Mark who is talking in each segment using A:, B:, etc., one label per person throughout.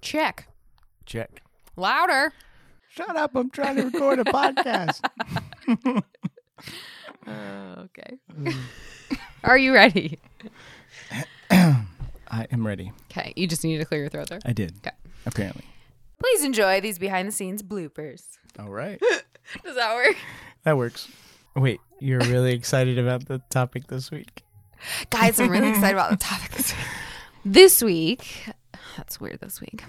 A: Check.
B: Check.
A: Louder.
B: Shut up. I'm trying to record a podcast.
A: Uh, okay. Are you ready?
B: I am ready.
A: Okay. You just need to clear your throat there.
B: I did.
A: Okay.
B: Apparently.
A: Please enjoy these behind the scenes bloopers.
B: All right.
A: Does that work?
B: That works. Wait, you're really excited about the topic this week?
A: Guys, I'm really excited about the topic this week. This week, that's weird this week.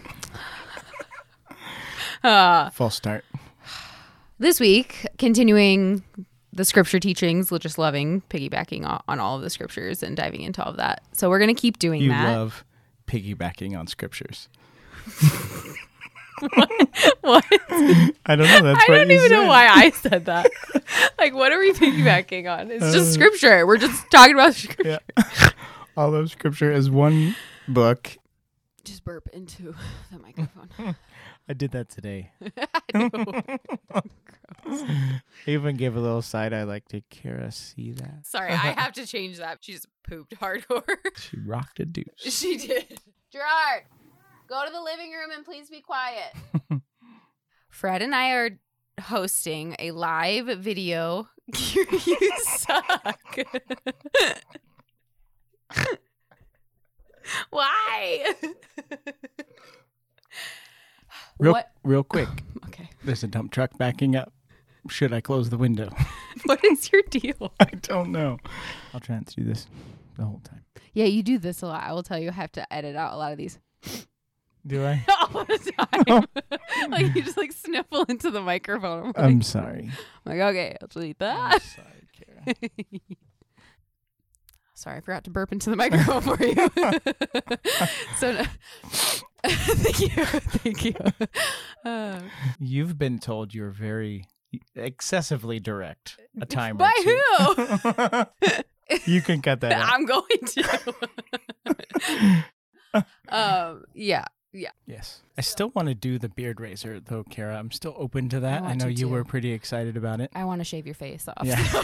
A: Uh,
B: False start.
A: this week, continuing the scripture teachings, just loving, piggybacking o- on all of the scriptures and diving into all of that. So we're going to keep doing
B: You
A: that.
B: love piggybacking on scriptures.
A: what?
B: I don't know. That's
A: I
B: what
A: don't
B: you
A: even know
B: said.
A: why I said that. like, what are we piggybacking on? It's
B: Uh,
A: just scripture. We're just talking about scripture.
B: Yeah. All of scripture is one book.
A: Just burp into the microphone.
B: I did that today. Oh,
A: I know.
B: I even gave a little side eye like, did Kara see that?
A: Sorry, I have to change that. She just pooped hardcore.
B: She rocked a deuce.
A: she did. Gerard, go to the living room and please be quiet. Fred and I are hosting a live video. you suck. Why?
B: Real,
A: What?
B: real quick.
A: Okay.
B: There's a dump truck backing up. Should I close the window?
A: What is your deal?
B: I don't know. I'll try not to do this the whole time.
A: Yeah, you do this a lot. I will tell you, I have to edit out a lot of these
B: Do I?
A: all the time. like you just like sniffle into the microphone. I'm like,
B: I'm sorry.
A: I'm like, okay, I'll delete that.
B: I'm sorry, Kara.
A: Sorry, I forgot to burp into the microphone for you. so, no- thank you, thank you. Uh,
B: You've been told you're very excessively direct a time
A: by
B: or two.
A: who?
B: you can cut that out.
A: I'm going to. um, yeah, yeah.
B: Yes. I still want to do the beard razor though, Kara. I'm still open to that.
A: I
B: I,
A: want
B: know
A: to,
B: you were
A: too.
B: pretty excited about it.
A: I want to shave your face off.
B: Yeah.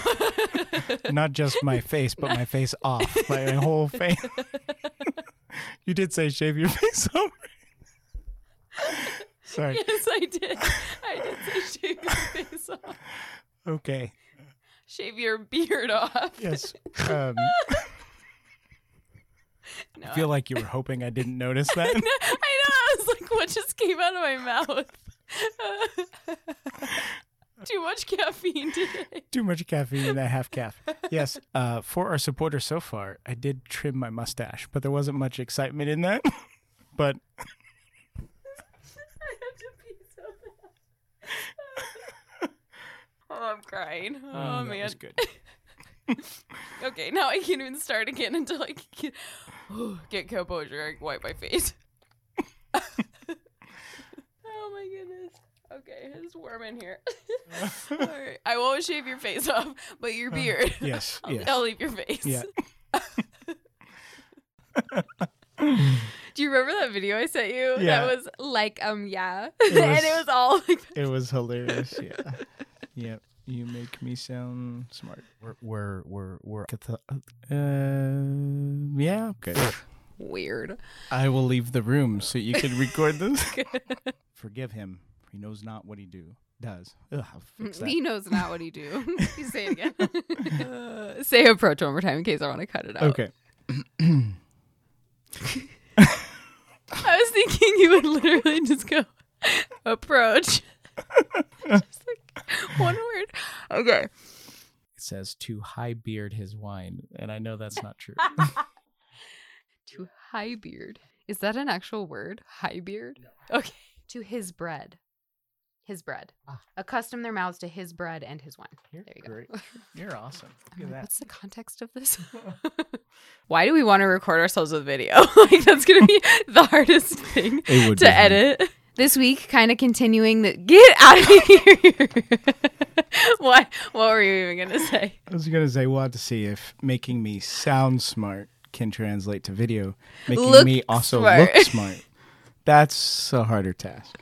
B: Not just my face, but my face off. My whole face. you did say shave your face off. Sorry.
A: yes, I did. I did say shave your face off.
B: Okay.
A: Shave your beard off.
B: Yes. Um,
A: No,
B: I feel like you were hoping I didn't notice that.
A: I know. I was like, what just came out of my mouth? Too much caffeine today.
B: Too much caffeine and a half calf. Yes. Uh, for our supporter so far, I did trim my mustache, but there wasn't much excitement in that. but
A: I have to pee so bad. oh, I'm crying. Oh,
B: um, that
A: man.
B: was good.
A: Okay, now I can't even start again until I can get, get composure and wipe my face. oh my goodness. Okay, it's warm in here. All right. I won't shave your face off, but your beard.
B: Yes.
A: I'll,
B: Yes.
A: I'll leave your face.
B: Yeah.
A: Do you remember that video I sent you?
B: Yeah.
A: That was like, um, yeah.
B: It
A: and it was
B: was-
A: all like,
B: It was hilarious. Yeah. yep. You make me sound smart. We're we're we're, we're uh, yeah. Okay.
A: weird.
B: I will leave the room so you can record this. Forgive him. He knows not what he do does. Ugh, I'll fix that.
A: He knows not what he do. you say it again. uh, say approach one more time in case I want to cut it out.
B: Okay.
A: I was thinking you would literally just go approach. just like one word. Okay.
B: It says to high beard his wine, and I know that's not true.
A: To high beard. Is that an actual word? High beard? Okay. To his bread. His bread.
B: Ah.
A: Accustom their mouths to his bread and his wine.
B: You're
A: there you go.
B: great. You're awesome.
A: I'm
B: Look
A: like,
B: at that.
A: what's the context of this? Why do we want to record ourselves with video? like that's gonna be the hardest thing
B: It would be
A: to
B: hard.
A: edit. This week, kind of continuing the get out of here. what what were you even gonna say?
B: I was gonna say we'll have to see if making me sound smart can translate to video, making
A: Look
B: me also
A: smart.
B: look smart. That's a harder task.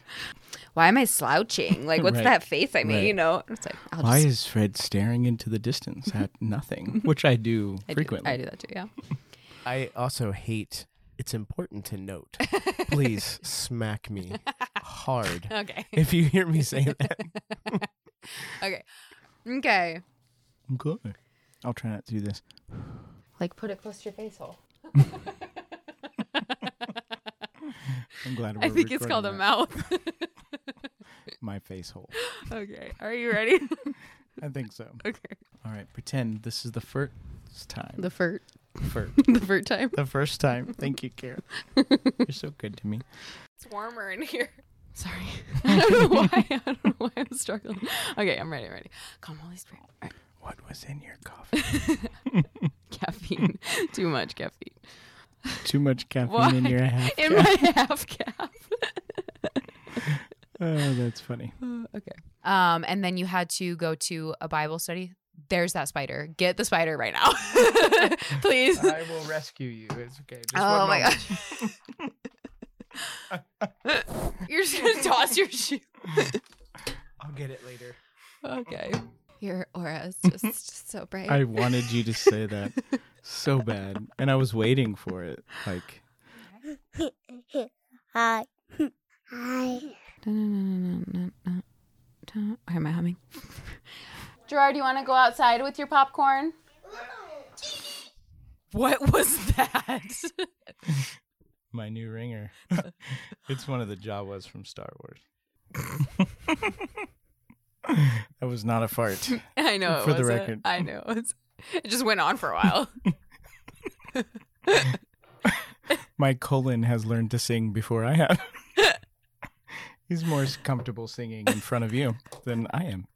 A: Why am I slouching? Like what's
B: Right.
A: that face I made?
B: Right.
A: You know? It's like I'll
B: Why
A: just
B: is Fred staring into the distance at nothing? Which I do
A: I do-
B: frequently.
A: I do that too, yeah.
B: I also hate
C: it's important to note. Please smack me hard
A: okay.
C: if you hear me say that.
A: okay. Okay.
B: Okay. I'll try not to do this.
A: Like put it close to your face hole.
B: I'm glad we're
A: I think it's called a
B: recording that.
A: mouth.
B: my face hole.
A: okay. Are you ready?
B: I think so.
A: okay.
B: All right, pretend this is the first time.
A: The furt.
B: fir-
A: The furt time.
B: the first time. Thank you, Kara. You're so good to me.
A: It's warmer in here. Sorry. I don't know why. I don't know why I'm struggling. Okay, I'm ready. I'm ready. Come, Holy Spirit. All right.
B: What was in your coffee?
A: Caffeine. Too much caffeine.
B: Too much caffeine
A: Why?
B: in your half.
A: In my half calf.
B: Oh, that's funny.
A: okay. Um, and then you had to go to a Bible study. There's that spider. Get the spider right now, please.
B: I will rescue you. It's okay. Just
A: oh my gosh. You're just gonna toss your shoe.
B: I'll get it later.
A: Okay. Your aura is just, just so bright.
B: I wanted you to say that so bad, and I was waiting for it. Like,
D: Hi. Hi.
A: Okay, am I humming? Gerard, you want to go outside with your popcorn? What was that?
B: my new ringer. it's one of the Jawas from Star Wars. that was not a fart.
A: I know. It
B: For the
A: wasn't.
B: record.
A: I know. It's, it just went on for a while.
B: My colon has learned to sing before I have. He's more comfortable singing in front of you than I am.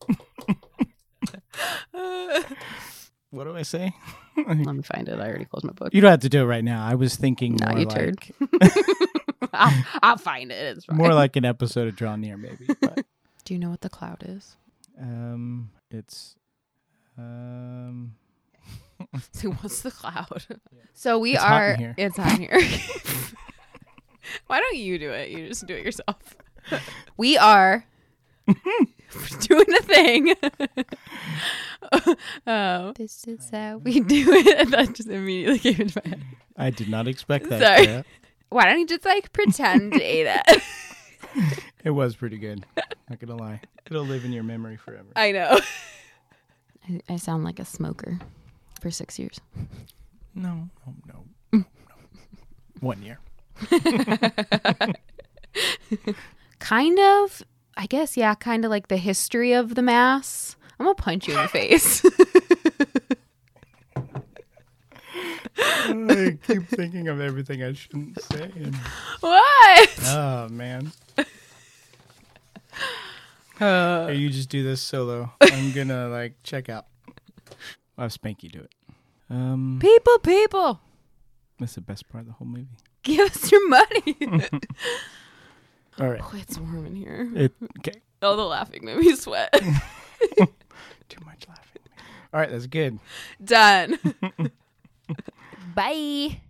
B: What do I say?
A: Let me find it. I already closed my book.
B: You don't have to do it right now. I was thinking
A: No,
B: more,
A: you
B: like,
A: turd. I'll, I'll find it. It's fine.
B: more like an episode of Draw Near, maybe. But
A: Do you know what the cloud is?
B: um, it's um,
A: So what's the cloud? So we
B: It's hot in
A: are.
B: here.
A: It's on here. Why don't you do it? You just do it yourself. we are doing a thing. oh, this is how we do it. That just immediately came into my head.
B: I did not expect that.
A: Sorry.
B: Kara.
A: Why don't you just like pretend to eat it?
B: It was pretty good. Not gonna lie, it'll live in your memory forever.
A: I know. I, I sound like a smoker for six years.
B: No, no, no,
A: Mm.
B: no. One year.
A: kind of i guess yeah kind of like the history of the mass i'm gonna punch you in the face
B: I keep thinking of everything I shouldn't say. and-
A: what
B: oh man, Here, you just do this solo. I'm gonna like check out. I'll have Spanky do it. Um,
A: people people
B: that's the best part of the whole movie.
A: give us your money
B: All right.
A: oh, it's warm in here
B: It, okay.
A: all the laughing made me sweat
B: Oh, Too much laughing. All right, that's good.
A: done bye